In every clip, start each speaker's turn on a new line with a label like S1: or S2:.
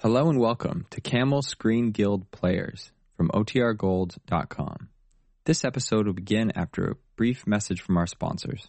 S1: Hello and welcome to Camel Screen Guild Players from OTRGold.com. This episode will begin after a brief message from our sponsors.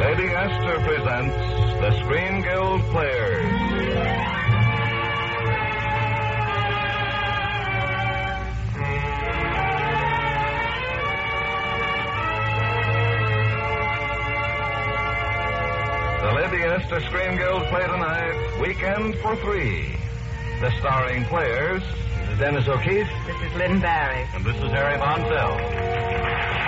S2: Lady Astor presents the Screen Guild Players. The Lady Astor Screen Guild play tonight, Weekend for Three. The starring players, Dennis O'Keefe.
S3: This is Lynn Barry.
S2: And this is Harry Bonsell.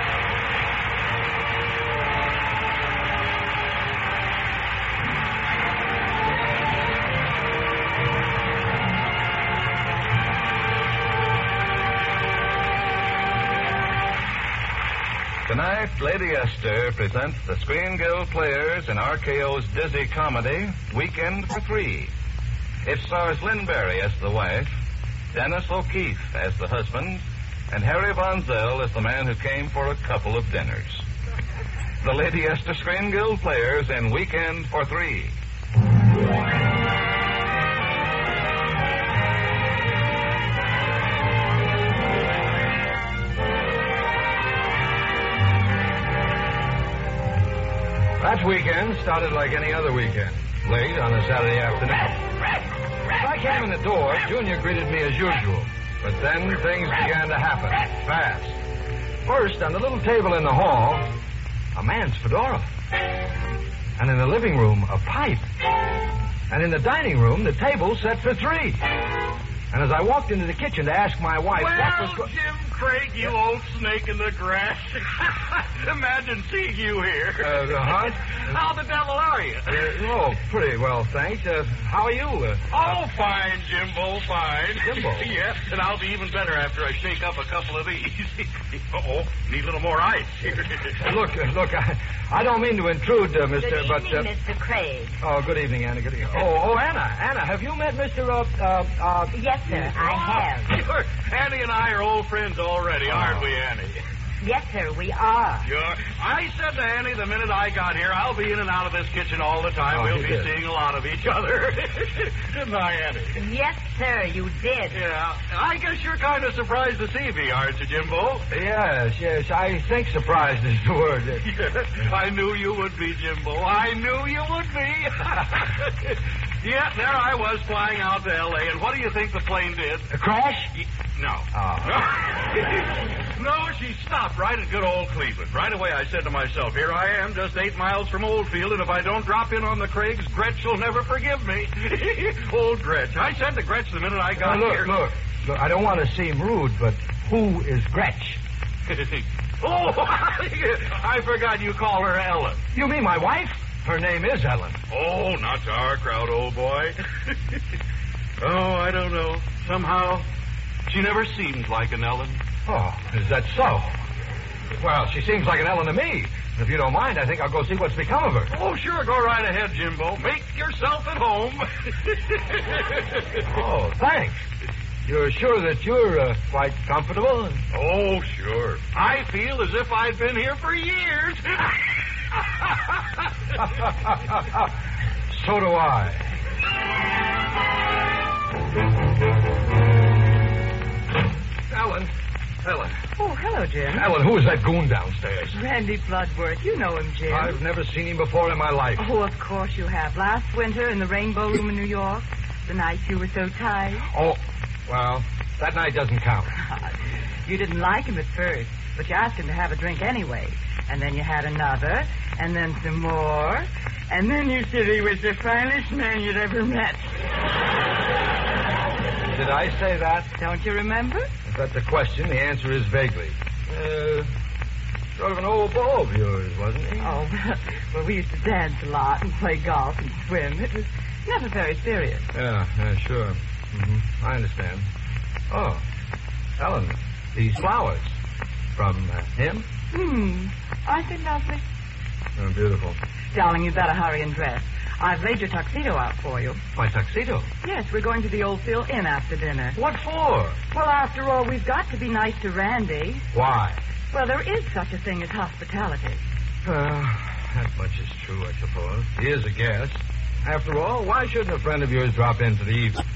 S2: Tonight, Lady Esther presents the Screen Guild Players in RKO's dizzy comedy, Weekend for Three. It stars Lynn Barry as the wife, Dennis O'Keefe as the husband, and Harry Bonzell as the man who came for a couple of dinners. The Lady Esther Screen Guild Players in Weekend for Three. That weekend started like any other weekend, late on a Saturday afternoon. As I came in the door, Junior greeted me as usual. But then things began to happen, fast. First, on the little table in the hall, a man's fedora. And in the living room, a pipe. And in the dining room, the table set for three. And as I walked into the kitchen to ask my wife what was
S4: Well,
S2: going...
S4: Jim Craig, you old snake in the grass. Imagine seeing you here.
S2: Uh, uh-huh.
S4: How the devil are you?
S2: Uh, oh, pretty well, thanks. Uh, how are you? Uh,
S4: Oh, fine, Jimbo, fine.
S2: Jimbo?
S4: yes, and I'll be even better after I shake up a couple of these. Uh-oh, need a little more ice here.
S2: Look, uh, look, I, I don't mean to intrude, uh, Mister,
S3: Good evening,
S2: but uh,
S3: Mr. Craig.
S2: oh, good evening, Anna. Good evening. Oh, oh, Anna, Anna, have you met Mister? Uh, uh, uh,
S3: Yes, sir, I have.
S4: Sure. Oh, Annie and I are old friends
S2: Oh.
S4: already, aren't we, Annie?
S3: Yes, sir, we are.
S4: Sure. I said to Annie the minute I got here, I'll be in and out of this kitchen all the time.
S2: Oh,
S4: we'll
S2: you
S4: be
S2: did.
S4: seeing a lot of each other. Didn't I, Annie?
S3: Yes, sir, you did.
S4: Yeah, I guess you're kind of surprised to see me, aren't you, Jimbo?
S2: yes, yes. I think surprised is the word. Uh,
S4: I knew you would be, Jimbo. I knew you would be. yeah, there I was flying out to L.A., and what do you think the plane did?
S2: A crash? Oh.
S4: No. no, she stopped right at good old Cleveland. Right away, I said to myself, here I am, just eight miles from Oldfield, and if I don't drop in on the Craigs, Gretch will never forgive me. old Gretch. I said to Gretch the minute I
S2: Now,
S4: got
S2: look,
S4: here.
S2: look, look. I don't want to seem rude, but who is Gretch?
S4: oh, I forgot you call her Ellen.
S2: You mean my wife? Her name is Ellen.
S4: Oh, not to our crowd, old boy. oh, I don't know. Somehow, she never seemed like an Ellen.
S2: Oh, is that so? Well, she seems like an Ellen to me. And if you don't mind, I think I'll go see what's become of her.
S4: Oh, sure, go right ahead, Jimbo. Make yourself at home.
S2: Oh, thanks. You're sure that you're uh, quite comfortable?
S4: oh, sure. I feel as if I'd been here for years.
S2: so do I. Ellen. Ellen.
S5: Oh, hello, Jim.
S2: Ellen, who is that goon downstairs?
S5: Randy Bloodworth. You know him, Jim.
S2: I've never seen him before in my life.
S5: Oh, of course you have. Last winter in the Rainbow Room in New York, the night you were so tired.
S2: Oh, well, that night doesn't count.
S5: You didn't like him at first, but you asked him to have a drink anyway. And then you had another, and then some more, and then you said he was the finest man you'd ever met.
S2: Did I say that?
S5: Don't you remember?
S2: If that's a question, the answer is vaguely. Uh, sort of an old beau of yours, wasn't he?
S5: Oh, well, we used to dance a lot and play golf and swim. It was never very serious.
S2: Yeah, yeah, sure. hmm I understand. Oh, Ellen, these flowers from uh, him?
S5: Hmm. Aren't they lovely?
S2: Oh, beautiful.
S5: Darling, you'd better hurry and dress. I've laid your tuxedo out for you.
S2: My tuxedo.
S5: Yes, we're going to the old Phil Inn after dinner.
S2: What for?
S5: Well, after all, we've got to be nice to Randy.
S2: Why?
S5: Well, there is such a thing as hospitality.
S2: Well, that much is true, I suppose. He is a guest. After all, why shouldn't a friend of yours drop in for the evening?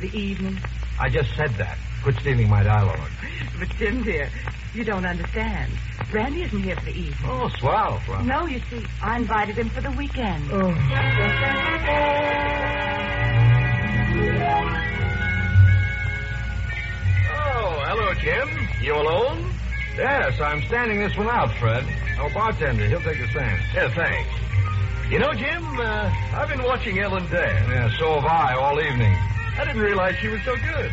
S5: The evening.
S2: I just said that. Quit stealing my dialogue.
S5: But, Jim, dear, you don't understand. Randy isn't here for the evening.
S2: Oh, swell, Flora.
S5: No, you see, I invited him for the weekend.
S2: Oh, hello, Jim. You alone? Yes, I'm standing this one out, Fred. Oh, bartender, he'll take the stand. Yeah, thanks. You know, Jim, uh, I've been watching Ellen dance. Yeah, so have I all evening. I didn't realize she was so good.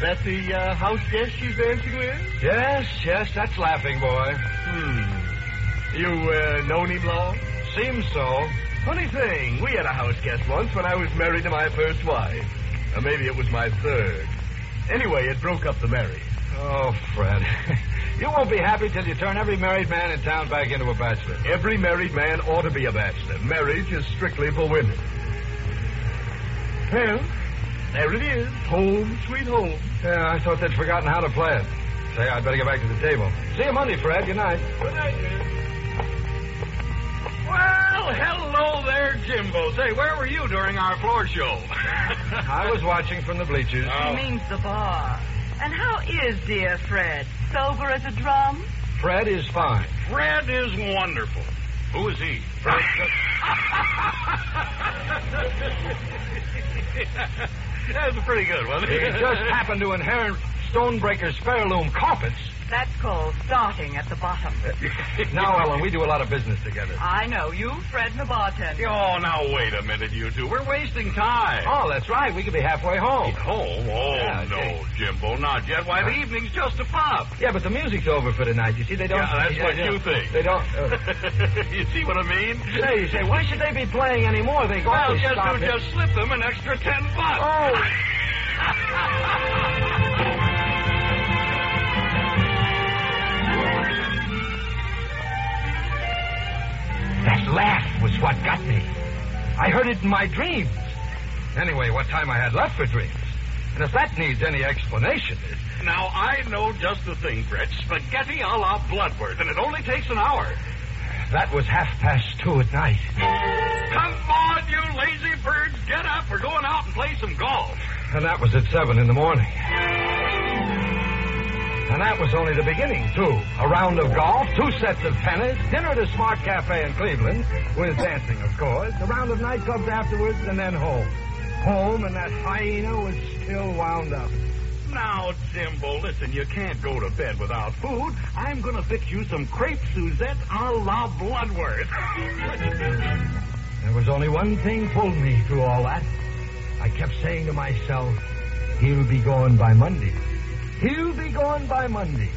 S2: That the uh, house guest she's dancing with? Yes, yes, that's laughing boy. Hmm. You uh, known him long? Seems so. Funny thing, we had a house guest once when I was married to my first wife. Or maybe it was my third. Anyway, it broke up the marriage. Oh, Fred. you won't be happy till you turn every married man in town back into a bachelor. Every married man ought to be a bachelor. Marriage is strictly for women. Well, there it is. Home, sweet home. Yeah, I thought they'd forgotten how to play it. Say, I'd better get back to the table. See you Monday, Fred. Good night. Good night,
S4: Well, hello there, Jimbo. Say, where were you during our floor show?
S2: I was watching from the bleachers.
S4: Oh.
S5: He means the bar. And how is dear Fred? Sober as a drum?
S2: Fred is fine.
S4: Fred is wonderful. Who is he? that was pretty good, wasn't
S2: He
S4: it?
S2: just happened to inherit Stonebreaker's heirloom carpets.
S5: That's called starting at the bottom.
S2: Now, Ellen, we do a lot of business together.
S5: I know. You, Fred, and the bartender.
S4: Oh, now wait a minute, you two. We're wasting time.
S2: Oh, that's right. We could be halfway home.
S4: Home? Oh,
S2: Yeah,
S4: no,
S2: gee.
S4: Jimbo, not yet. Why, the evening's just a pop.
S2: Yeah, but the music's over for tonight. You see, they don't.
S4: Yeah, that's what
S2: yeah.
S4: you think.
S2: They don't. Uh,
S4: you see what I mean?
S2: say, you say, why should they be playing anymore? They got
S4: Well,
S2: to
S4: just
S2: stop
S4: you
S2: it.
S4: just slip them an extra ten bucks.
S2: Oh. That laugh was what got me. I heard it in my dreams. Anyway, what time I had left for dreams. And if that needs any explanation, it-
S4: Now, I know just the thing, Brett. Spaghetti a la Bloodworth, and it only takes an hour.
S2: that was half past two at night.
S4: Come on, you lazy birds. Get up. We're going out and play some golf.
S2: And that was at seven in the morning. And that was only the beginning, too. A round of golf, two sets of tennis, dinner at a smart cafe in Cleveland, with dancing, of course, a round of nightclubs afterwards, and then home. Home, and that hyena was still wound up.
S4: Now, Jimbo, listen, you can't go to bed without food. I'm going to fix you some crepe Suzette a la Bloodworth.
S2: There was only one thing pulled me through all that. I kept saying to myself, he'll be gone by Monday. He'll be gone by Monday.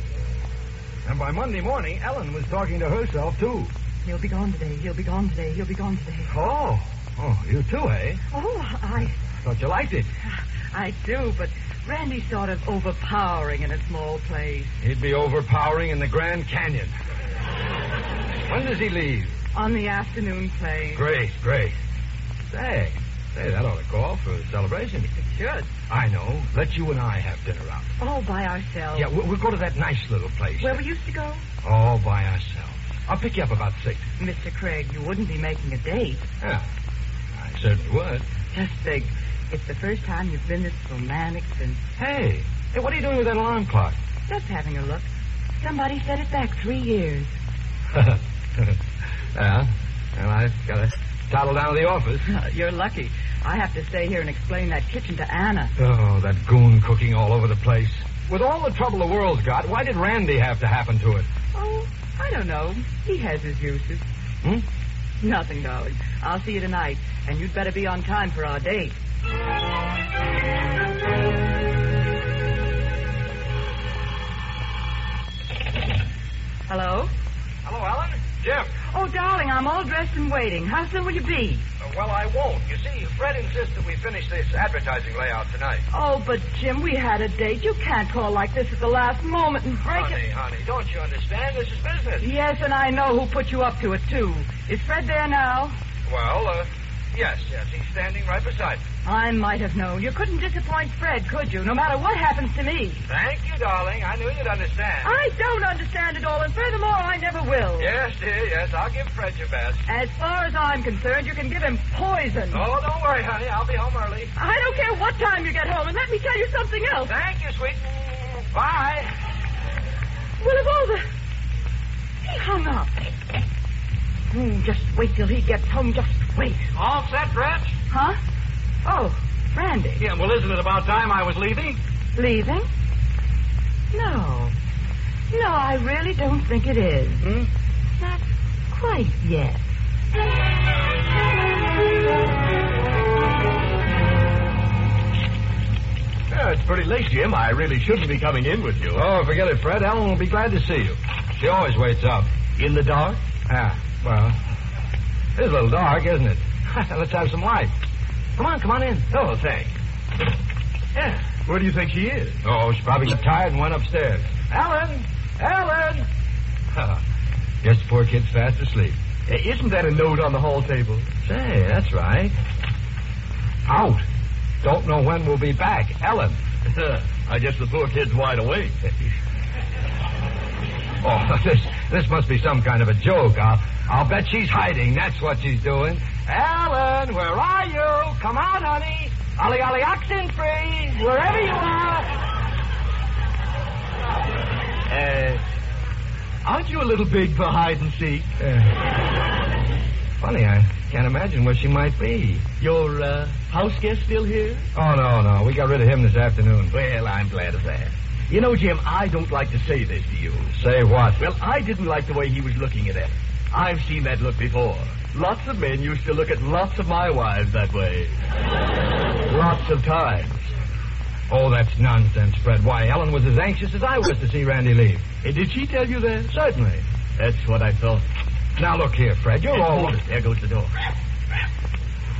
S2: And by Monday morning, Ellen was talking to herself, too.
S5: He'll be gone today. He'll be gone today. He'll be gone today.
S2: Oh, oh, you too, eh?
S5: Oh, I,
S2: Thought you liked it.
S5: I do, but Randy's sort of overpowering in a small place.
S2: He'd be overpowering in the Grand Canyon. when does he leave?
S5: On the afternoon plane.
S2: Great, great. Say, say, that ought to call for a celebration.
S5: It should.
S2: I know. Let you and I have dinner out.
S5: All by ourselves.
S2: Yeah, we'll, we'll go to that nice little place.
S5: Where we used to go?
S2: All by ourselves. I'll pick you up about six.
S5: Mr. Craig, you wouldn't be making a date.
S2: Yeah. I certainly would.
S5: Just think. It's the first time you've been this romantic since
S2: Hey, hey, what are you doing with that alarm clock?
S5: just having a look. Somebody set it back three years.
S2: yeah, and I've got to toddle down to the office.
S5: You're lucky. I have to stay here and explain that kitchen to Anna.
S2: Oh, that goon cooking all over the place. With all the trouble the world's got, why did Randy have to happen to it?
S5: Oh, I don't know. He has his uses.
S2: Hmm?
S5: Nothing, darling. I'll see you tonight, and you'd better be on time for our date. Oh, I'm all dressed and waiting. How soon will you be?
S2: Uh, well, I won't. You see, Fred insists that we finish this advertising layout tonight.
S5: Oh, but Jim, we had a date. You can't call like this at the last moment and break
S2: honey,
S5: it.
S2: honey, don't you understand? This is business.
S5: Yes, and I know who put you up to it, too. Is Fred there now?
S2: Well, uh, yes, yes, he's standing right beside me.
S5: I might have known. You couldn't disappoint Fred, could you? No matter what happens to me.
S2: Thank you, darling. I knew you'd understand.
S5: I don't understand it all, and furthermore, I never will.
S2: Yes, dear, yes, I'll give Fred your best.
S5: As far as I'm concerned, you can give him poison.
S2: Oh, don't worry, honey. I'll be home early.
S5: I don't care what time you get home, and let me tell you something else.
S2: Thank you, sweet. Bye.
S5: Well, of all the... He hung up. Hmm, just wait till he gets home. Just wait.
S4: All set, Gretch?
S5: Huh? Oh, Randy.
S4: Yeah, well, isn't it about time I was leaving?
S5: Leaving? No. No, I really don't think it is. Not quite yet.
S4: Yeah, it's pretty late, Jim. I really shouldn't be coming in with you.
S2: Oh, forget it, Fred. Ellen will be glad to see you. She always waits up.
S4: In the dark?
S2: Ah, well. It's a little dark, isn't it? Let's have some light. Come on, come on in. Oh, thanks. Yeah.
S4: Where do you think he is?
S2: Oh, she probably got tired and went upstairs. Ellen! Ellen! Guess the poor kid's fast asleep.
S4: Eh, Isn't that a note on the hall table?
S2: Say, that's right. Out. Don't know when we'll be back. Ellen.
S4: I guess the poor kid's wide awake.
S2: Oh, this this must be some kind of a joke. I'll, I'll bet she's hiding. That's what she's doing. Ellen, where are you? Come on, honey. Ollie, ollie, oxen free. Wherever you are.
S4: Uh, aren't you a little big for hide and seek?
S2: Uh, Yeah. Funny, I can't imagine where she might be.
S4: Your uh, house guest still here?
S2: Oh, no, no. We got rid of him this afternoon.
S4: Well, I'm glad of that. You know, Jim, I don't like to say this to you.
S2: Say what?
S4: Well, I didn't like the way he was looking at it. I've seen that look before. Lots of men used to look at lots of my wives that way. lots of times.
S2: Oh, that's nonsense, Fred. Why, Ellen was as anxious as I was to see Randy leave.
S4: Eh, did she tell you that?
S2: Certainly.
S4: That's what I thought.
S2: Now, look here, Fred. You're
S4: Eh,
S2: all.
S4: hold it. There goes the door.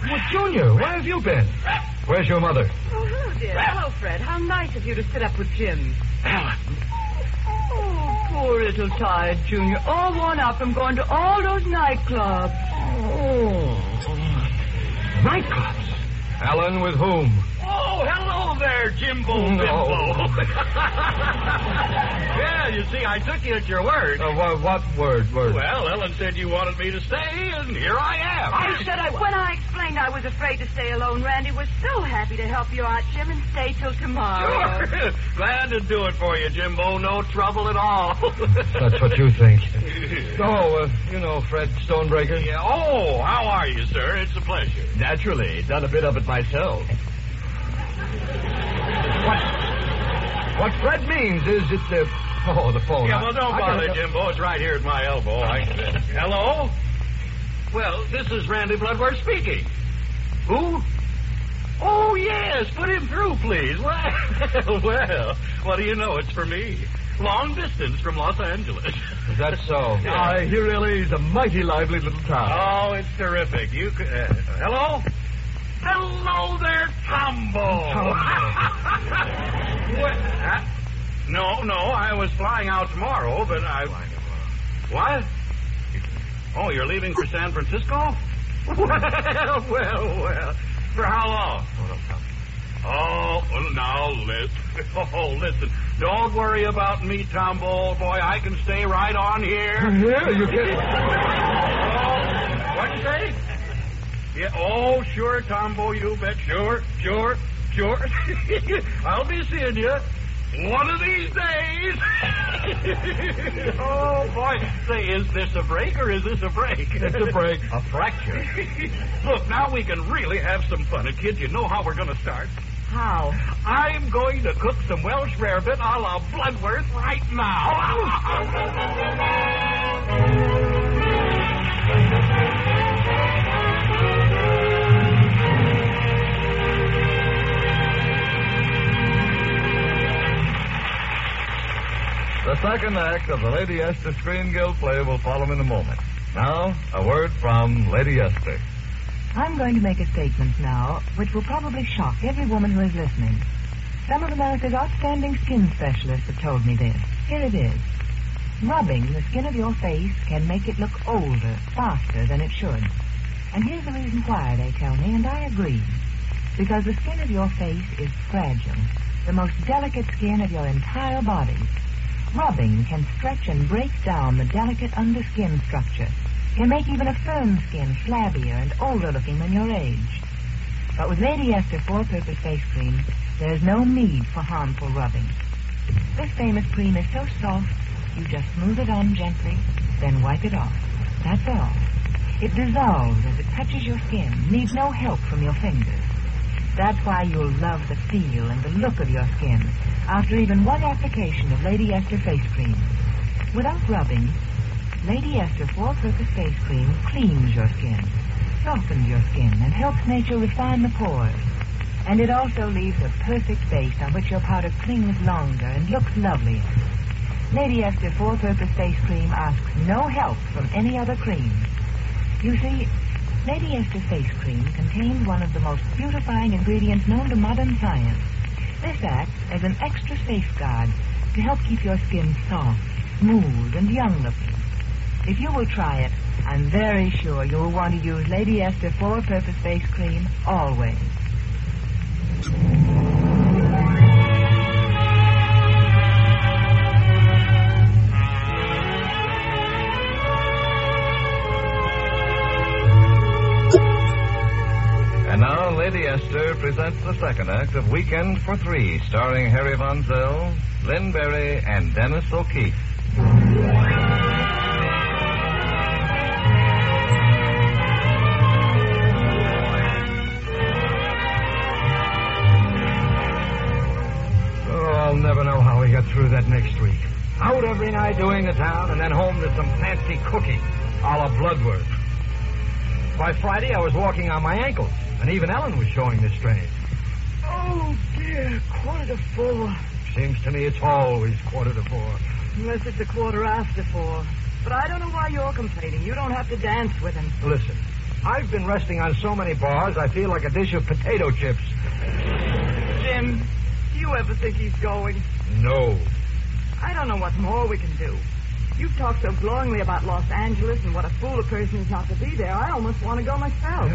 S2: Well, Junior, where have you been? Where's your mother?
S5: Oh, hello, dear. Hello, Fred. How nice of you to sit up with Jim. Oh, poor little tired Junior. All worn out from going to all those nightclubs. Oh.
S2: Nightclubs. Ellen with whom?
S4: Oh, hello there, Jimbo
S2: No.
S4: Bimbo. yeah, you see, I took you at your word.
S2: Uh, what, what word? Word.
S4: Well, Ellen said you wanted me to stay, and here I am.
S5: I said I. When I explained I was afraid to stay alone, Randy was so happy to help you out, Jim, and stay till tomorrow.
S4: Sure. Glad to do it for you, Jimbo. No trouble at all.
S2: That's what you think. Oh, uh, you know Fred Stonebreaker.
S4: Yeah. Oh, how are you, sir? It's a pleasure. Naturally. Done a bit of it myself.
S2: What Fred means is it's the. Oh, the phone.
S4: Yeah, well, don't
S2: I- I
S4: bother,
S2: gotta-
S4: Jimbo. It's right here at my elbow. I... Hello? Well, this is Randy Bloodworth speaking. Who? Oh, yes. Put him through, please. Well, well, what do you know? It's for me. Long distance from Los Angeles.
S2: Is that so?
S4: Yeah.
S2: he Ah, really is a mighty lively little town.
S4: Oh, it's terrific. You could, uh, hello? Hello there, Tombo. what? huh? no, no, I was flying out tomorrow, but I. What? Oh, you're leaving for San Francisco? well, well, well. For how long? Oh, well, now listen. Oh, listen. Don't worry about me, Tombo, old boy. I can stay right on here. Oh,
S2: Here, you get.
S4: What'd you say? Yeah, oh, sure, Tombo, you bet. Sure, sure, sure. I'll be seeing you one of these days. oh, boy. Say, is this a break or is this a break?
S2: It's a break.
S4: A fracture. Look, now we can really have some fun. And, kid, you know how we're going to start.
S5: How?
S4: I'm going to cook some Welsh rarebit a la Bloodworth right now.
S2: The second act of the Lady Esther Screen Guild play will follow in a moment. Now, a word from Lady Esther.
S5: I'm going to make a statement now which will probably shock every woman who is listening. Some of America's outstanding skin specialists have told me this. Here it is. Rubbing the skin of your face can make it look older faster than it should. And here's the reason why, they tell me, and I agree. Because the skin of your face is fragile, the most delicate skin of your entire body. Rubbing can stretch and break down the delicate underskin structure, can make even a firm skin flabbier and older looking than your age. But with Lady Esther four-purpose face cream, there's no need for harmful rubbing. This famous cream is so soft, you just smooth it on gently, then wipe it off. That's all. It dissolves as it touches your skin, needs no help from your fingers. That's why you'll love the feel and the look of your skin after even one application of Lady Esther face cream. Without rubbing, Lady Esther four-purpose face cream cleans your skin, softens your skin, and helps nature refine the pores. And it also leaves a perfect base on which your powder clings longer and looks lovelier. Lady Esther four-purpose face cream asks no help from any other cream. You see, Lady Esther face cream contains one of the most beautifying ingredients known to modern science. This acts as an extra safeguard to help keep your skin soft, smooth, and young looking. If you will try it, I'm very sure you'll want to use Lady Esther four-purpose face cream always.
S2: And now, Lady Esther presents the second act of Weekend for Three, starring Harry Vonzell, Lynn Berry, and Dennis O'Keefe. Oh, I'll never know how we got through that next week. Out every night doing the town, and then home to some fancy cooking, a la Bloodworth. By Friday, I was walking on my ankles, and even Ellen was showing the strain.
S5: Oh, dear. Quarter to four.
S2: Seems to me it's always quarter to four.
S5: Unless it's a quarter after four. But I don't know why you're complaining. You don't have to dance with him.
S2: Listen, I've been resting on so many bars, I feel like a dish of potato chips.
S5: Jim, do you ever think he's going?
S2: No.
S5: I don't know what more we can do. You've talked so glowingly about Los Angeles and what a fool a person is not to be there. I almost want to go myself.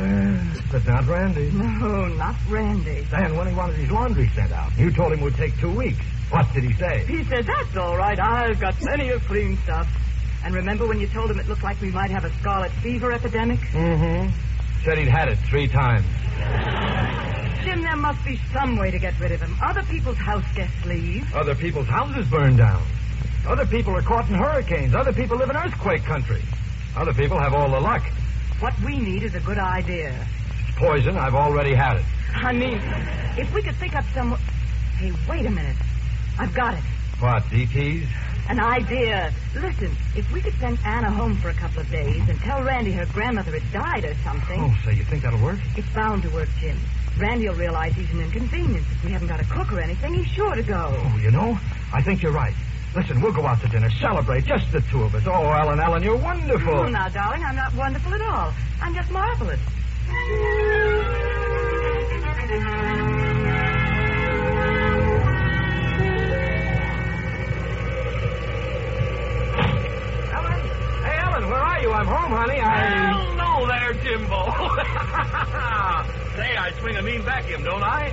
S2: but not Randy.
S5: No, not Randy.
S2: Then when he wanted his laundry sent out, you told him it would take two weeks. What did he say?
S5: He said, that's all right. I've got plenty of clean stuff. And remember when you told him it looked like we might have a scarlet fever epidemic?
S2: Mm-hmm. Said he'd had it three times.
S5: Jim, there must be some way to get rid of him. Other people's house guests leave.
S2: Other people's houses burned down. Other people are caught in hurricanes. Other people live in earthquake country. Other people have all the luck.
S5: What we need is a good idea.
S2: It's poison. I've already had it.
S5: I mean, if we could pick up some. Hey, wait a minute. I've got it.
S2: What, DTs?
S5: An idea. Listen, if we could send Anna home for a couple of days and tell Randy her grandmother had died or something,
S2: Oh, so you think that'll work?
S5: it's bound to work, Jim. Randy'll realize he's an inconvenience. If we haven't got a cook or anything, he's sure to go.
S2: Oh, you know, I think you're right. Listen, we'll go out to dinner, celebrate, just the two of us. Oh, Ellen, Ellen, you're wonderful.
S5: Oh, now, darling, I'm not wonderful at all. I'm just marvelous.
S2: Ellen? Hey, Ellen, where are you? I'm home, honey. I.
S4: Hello there, Jimbo. Say, I swing a mean vacuum, don't I?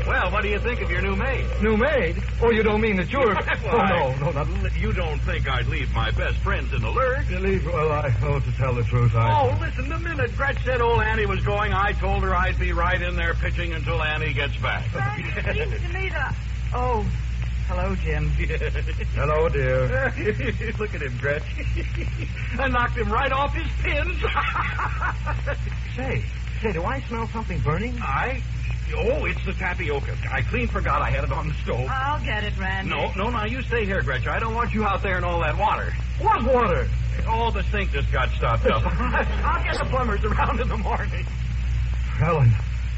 S4: well, what do you think of your new maid?
S2: New maid? Oh, you don't mean that you're. oh, no, no, not.
S4: L- You don't think I'd leave my best friends in the lurch?
S2: Believe, well, I. Oh, to tell the truth, I.
S4: Oh, listen, the minute Gretch said old Annie was going, I told her I'd be right in there pitching until Annie gets back.
S5: Randy, it seems to me that. Oh, hello, Jim.
S2: Hello, dear.
S4: Look at him, Gretch. I knocked him right off his pins.
S2: Say, say, do I smell something burning?
S4: I. Oh, it's the tapioca. I clean forgot I had it on the stove.
S5: I'll get it, Randy.
S4: No, no, now you stay here, Gretch. I don't want you out there in all that water.
S2: What water?
S4: All the sink just got stopped up. I'll get the plumbers around in the morning.
S2: Ellen,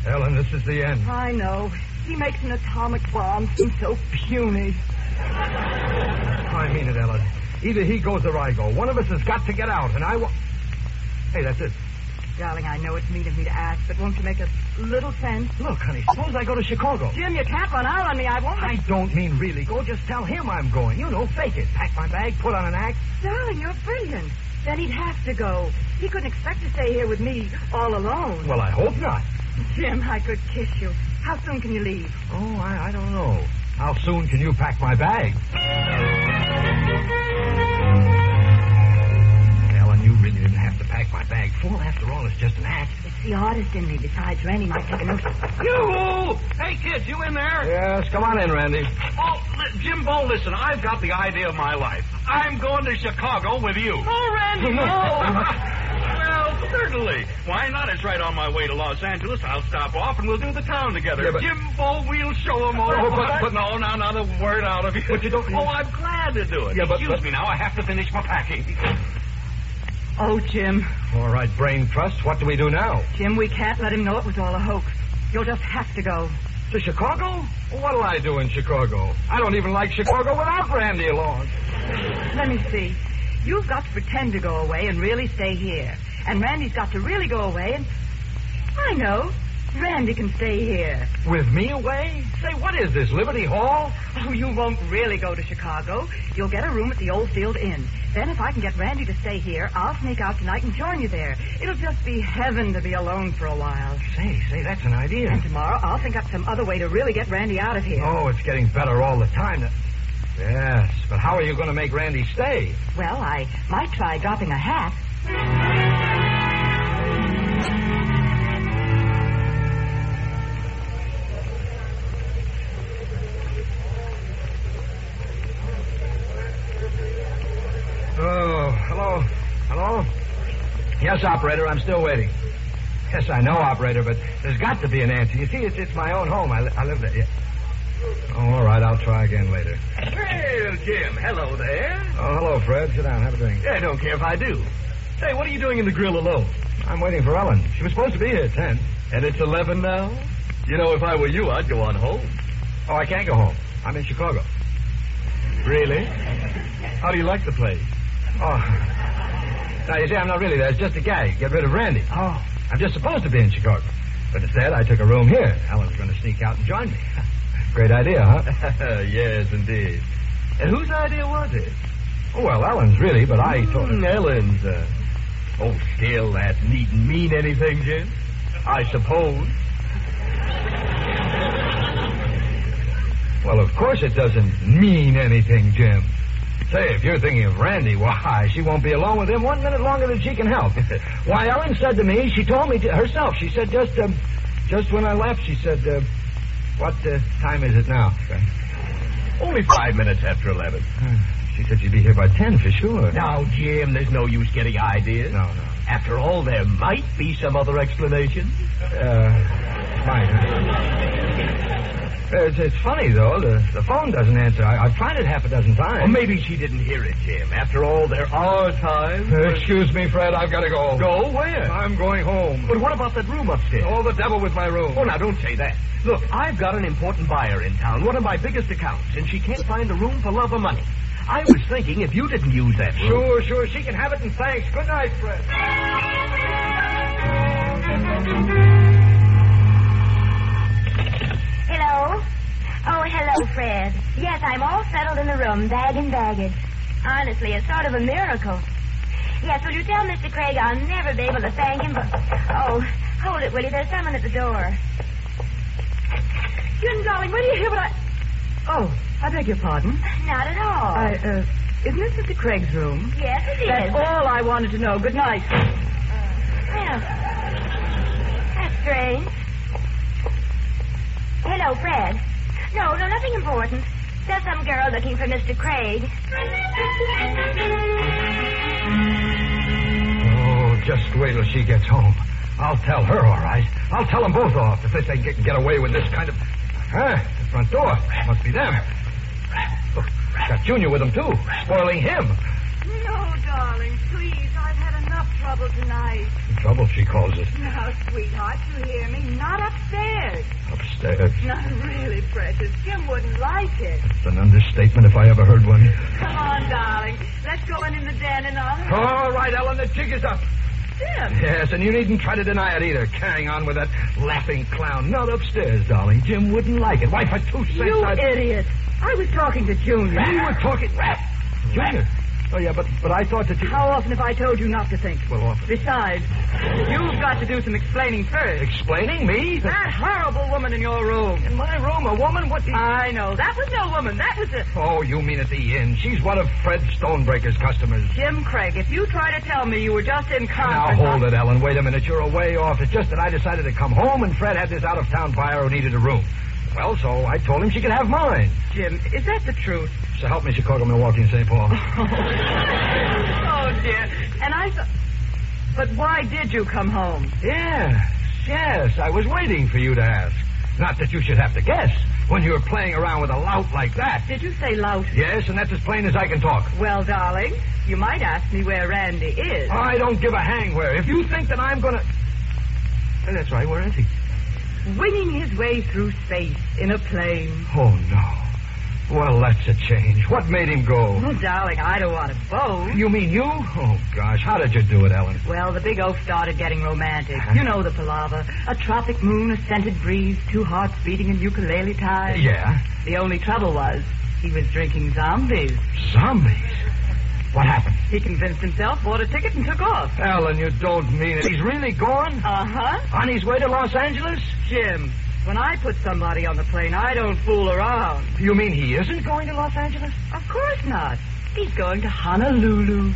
S2: Ellen, this is the end.
S5: I know. He makes an atomic bomb seem so puny.
S2: I mean it, Ellen. Either he goes or I go. One of us has got to get out, and I will. Hey, that's it.
S5: Darling, I know it's mean of me to ask, but won't you make a little sense?
S2: Look, honey, suppose I go to Chicago.
S5: Jim, you tap on out on me. I won't.
S2: I don't mean really go. Just tell him I'm going. You know, fake it. Pack my bag, put on an act.
S5: Darling, you're brilliant. Then he'd have to go. He couldn't expect to stay here with me all alone.
S2: Well, I hope not.
S5: Jim, I could kiss you. How soon can you leave?
S2: Oh, I, I don't know. How soon can you pack my bag? Ellen, you really didn't have to pack my bag full. After all, it's just an act.
S5: It's the artist in me. Besides, Randy might take a notice.
S4: You! Hey, kids, you in there?
S2: Yes, come on in, Randy.
S4: Oh, li- Jimbo, listen, I've got the idea of my life. I'm going to Chicago with you. Oh, Randy,
S2: no.
S4: well, certainly. Why not? It's right on my way to Los Angeles. I'll stop off and we'll do the town together.
S2: Yeah, but-
S4: Jimbo, we'll show them all.
S2: Oh, but- but-
S4: no, no, no, the word out of you.
S2: But you don't-
S4: Oh, I'm glad to do it.
S2: Yeah, but-
S4: Excuse
S2: but-
S4: me now. I have to finish my packing.
S5: Oh, Jim.
S2: All right, brain trust. What do we do now?
S5: Jim, we can't let him know it was all a hoax. You'll just have to go.
S2: To Chicago? What'll I do in Chicago? I don't even like Chicago without Randy along.
S5: Let me see. You've got to pretend to go away and really stay here. And Randy's got to really go away and. I know. Randy can stay here.
S2: With me away? Say, what is this, Liberty Hall?
S5: Oh, you won't really go to Chicago. You'll get a room at the Old Field Inn. Then, if I can get Randy to stay here, I'll sneak out tonight and join you there. It'll just be heaven to be alone for a while.
S2: Say, say, that's an idea.
S5: And tomorrow, I'll think up some other way to really get Randy out of here.
S2: Oh, it's getting better all the time. Yes, but how are you going to make Randy stay?
S5: Well, I might try dropping a hat.
S2: Oh, hello. Hello? Yes, operator, I'm still waiting. Yes, I know, operator, but there's got to be an answer. You see, it's, it's my own home. I, li- I live there. Yeah. Oh, all right, I'll try again later.
S4: Well, Jim, hello there.
S2: Oh, hello, Fred. Sit down. Have a drink.
S4: I don't care if I do. Hey, what are you doing in the grill alone?
S2: I'm waiting for Ellen. She was supposed to be here at 10.
S4: And it's 11 now? You know, if I were you, I'd go on home.
S2: Oh, I can't go home. I'm in Chicago.
S4: Really? How do you like the place?
S2: Oh. Now, you see, I'm not really there. It's just a gag. Get rid of Randy. Oh. I'm just supposed to be in Chicago. But instead, I took a room here. Ellen's going to sneak out and join me. Great idea, huh? yes, indeed. And whose idea was it? Oh, well, Ellen's really, but I told her. Ellen's. Uh... Oh, still, that needn't mean anything, Jim. I suppose. Well, of course it doesn't mean anything, Jim. Say, if you're thinking of Randy, why, she won't be alone with him one minute longer than she can help. why, Ellen said to me, she told me to, herself, she said just, um, just when I left, she said, uh, what uh, time is it now?
S4: Only five minutes after 11.
S2: She said she'd be here by ten for sure.
S4: Now, Jim, there's no use getting ideas.
S2: No, no.
S4: After all, there might be some other explanation.
S2: Uh, fine. It's, it's funny, though. The, the phone doesn't answer. I, I've tried it half a dozen times.
S4: Or maybe she didn't hear it, Jim. After all, there are times.
S2: Uh, excuse me, Fred. I've got to go.
S4: Go where?
S2: I'm going home.
S4: But what about that room upstairs?
S2: All the devil with my room.
S4: Oh, now, don't say that. Look, I've got an important buyer in town, one of my biggest accounts, and she can't find a room for love or money. I was thinking if you didn't use that room.
S2: Sure, sure. She can have it, and thanks. Good night, Fred.
S3: Hello? Oh, hello, Fred. Yes, I'm all settled in the room, bag and baggage. Honestly, it's sort of a miracle. Yes, will you tell Mr. Craig I'll never be able to thank him, but... Oh, hold it, will you? There's someone at the door.
S5: Jim, darling, where do you hear what I. Oh, I beg your pardon.
S3: Not at all.
S5: I, uh, isn't this Mr. Craig's room?
S3: yes, it is.
S5: That's all I wanted to know. Good night.
S3: Well, that's strange. Hello, Fred. No, no, nothing important. Just some girl looking for Mr. Craig.
S2: Oh, just wait till she gets home. I'll tell her, all right. I'll tell them both off if they think they can get away with this kind of. Huh? The front door. Must be them. Look, got Junior with them, too. Spoiling him.
S6: No, darling, please. I've had enough trouble tonight.
S2: Trouble, she calls it.
S6: Now, sweetheart, you hear me? Not upstairs.
S2: Upstairs.
S6: Not really, precious. Jim wouldn't like it.
S2: It's an understatement if I ever heard one.
S6: Come on, darling. Let's go in in the den and I'll...
S2: All right, Ellen, the jig is up.
S6: Jim.
S2: Yes, and you needn't try to deny it either, carrying on with that laughing clown. Not upstairs, darling. Jim wouldn't like it. Why, for two cents
S6: You
S2: I'd...
S6: idiot. I was talking to Junior.
S2: You were talking... Junior. Oh, yeah, but, but I thought that you...
S6: How often have I told you not to think?
S2: Well, often.
S6: Besides, you've got to do some explaining first.
S2: Explaining me?
S6: That horrible woman in your room.
S2: In my room, a woman? What the...
S6: I know. That was no woman. That was a...
S2: Oh, you mean at the inn. She's one of Fred Stonebreaker's customers.
S6: Jim Craig, if you try to tell me you were just in
S2: Now,
S6: conference...
S2: hold it, Ellen. Wait a minute. You're away off. It's just that I decided to come home, and Fred had this out-of-town buyer who needed a room. Well, so I told him she could have mine.
S6: Jim, is that the truth?
S2: So help me, Chicago, Milwaukee, and St. Paul.
S6: Oh, dear. And I thought... But why did you come home?
S2: yes, yes. I was waiting for you to ask. Not that you should have to guess when you're playing around with a lout like that.
S6: Did you say lout?
S2: Yes, and that's as plain as I can talk.
S6: Well, darling, you might ask me where Randy is.
S2: I don't give a hang where. If you think that I'm gonna. Hey, that's right. Where is he?
S6: Winging his way through space in a plane.
S2: Oh no. Well, that's a change. What made him go?
S6: Oh, darling, I don't want to boast.
S2: You mean you? Oh, gosh. How did you do it, Ellen?
S6: Well, the big oaf started getting romantic.
S2: Uh-huh.
S6: You know the palaver. A tropic moon, a scented breeze, two hearts beating in ukulele time.
S2: Yeah.
S6: The only trouble was he was drinking zombies.
S2: Zombies. What happened?
S6: He convinced himself, bought a ticket, and took off.
S2: Ellen, you don't mean it. He's really gone?
S6: Uh-huh.
S2: On his way to Los Angeles?
S6: Jim, when I put somebody on the plane, I don't fool around.
S2: You mean he isn't going to Los Angeles?
S6: Of course not. He's going to Honolulu.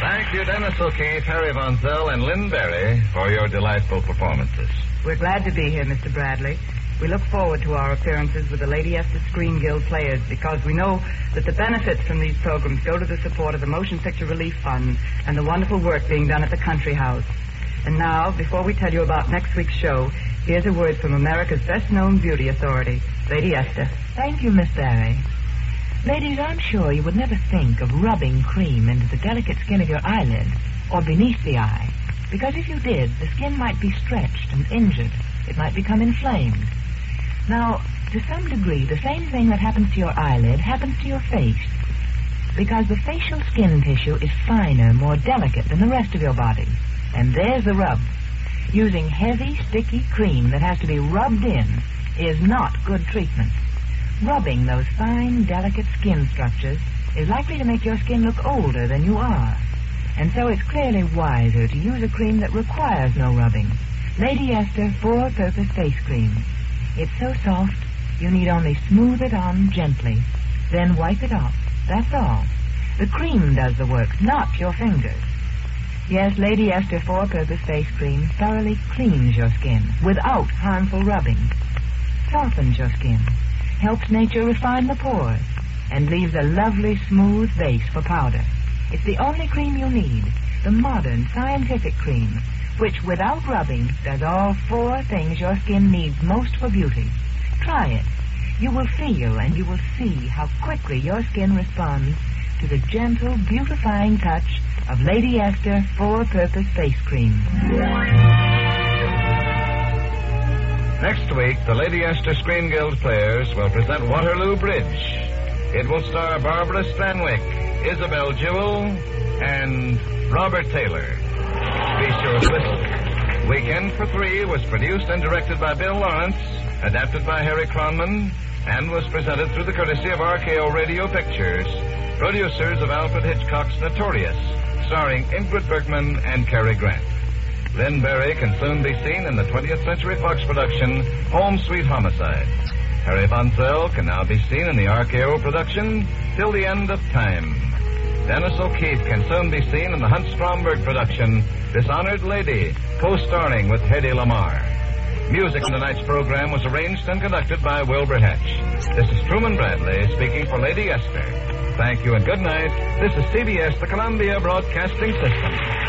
S4: Thank you, Dennis O'Keefe, Harry Von Zell, and Lynn Berry for your delightful performances.
S6: We're glad to be here, Mr. Bradley. We look forward to our appearances with the Lady Esther Screen Guild players because we know that the benefits from these programs go to the support of the Motion Picture Relief Fund and the wonderful work being done at the Country House. And now, before we tell you about next week's show, here's a word from America's best known beauty authority, Lady Esther.
S5: Thank you, Miss Barry. Ladies, I'm sure you would never think of rubbing cream into the delicate skin of your eyelid or beneath the eye, because if you did, the skin might be stretched and injured. It might become inflamed. Now, to some degree, the same thing that happens to your eyelid happens to your face, because the facial skin tissue is finer, more delicate than the rest of your body. And there's the rub. Using heavy, sticky cream that has to be rubbed in is not good treatment. Rubbing those fine, delicate skin structures is likely to make your skin look older than you are. And so it's clearly wiser to use a cream that requires no rubbing. Lady Esther Four Purpose Face Cream. It's so soft, you need only smooth it on gently, then wipe it off. That's all. The cream does the work, not your fingers. Yes, Lady Esther Four Purpose Face Cream thoroughly cleans your skin without harmful rubbing, softens your skin, helps nature refine the pores, and leaves a lovely smooth base for powder. It's the only cream you need, the modern scientific cream, which without rubbing does all four things your skin needs most for beauty. Try it. You will feel and you will see how quickly your skin responds to the gentle, beautifying touch of Lady Esther Four Purpose Face Cream.
S4: Next week, the Lady Esther Screen Guild players will present Waterloo Bridge. It will star Barbara Stanwyck, Isabel Jewell, and Robert Taylor. Be sure to listen. Weekend for Three was produced and directed by Bill Lawrence, adapted by Harry Cronman, and was presented through the courtesy of RKO Radio Pictures, producers of Alfred Hitchcock's Notorious, starring Ingrid Bergman and Cary Grant. Lynn Berry can soon be seen in the 20th Century Fox production, Home Sweet Homicide. Harry Von Zell can now be seen in the RKO production, Till the End of Time. Dennis O'Keefe can soon be seen in the Hunt Stromberg production, Dishonored Lady, co-starring with Hedy Lamarr.
S2: Music on tonight's program was arranged and conducted by Wilbur Hatch. This is Truman Bradley speaking for Lady Esther. Thank you and good night. This is CBS, the Columbia Broadcasting System.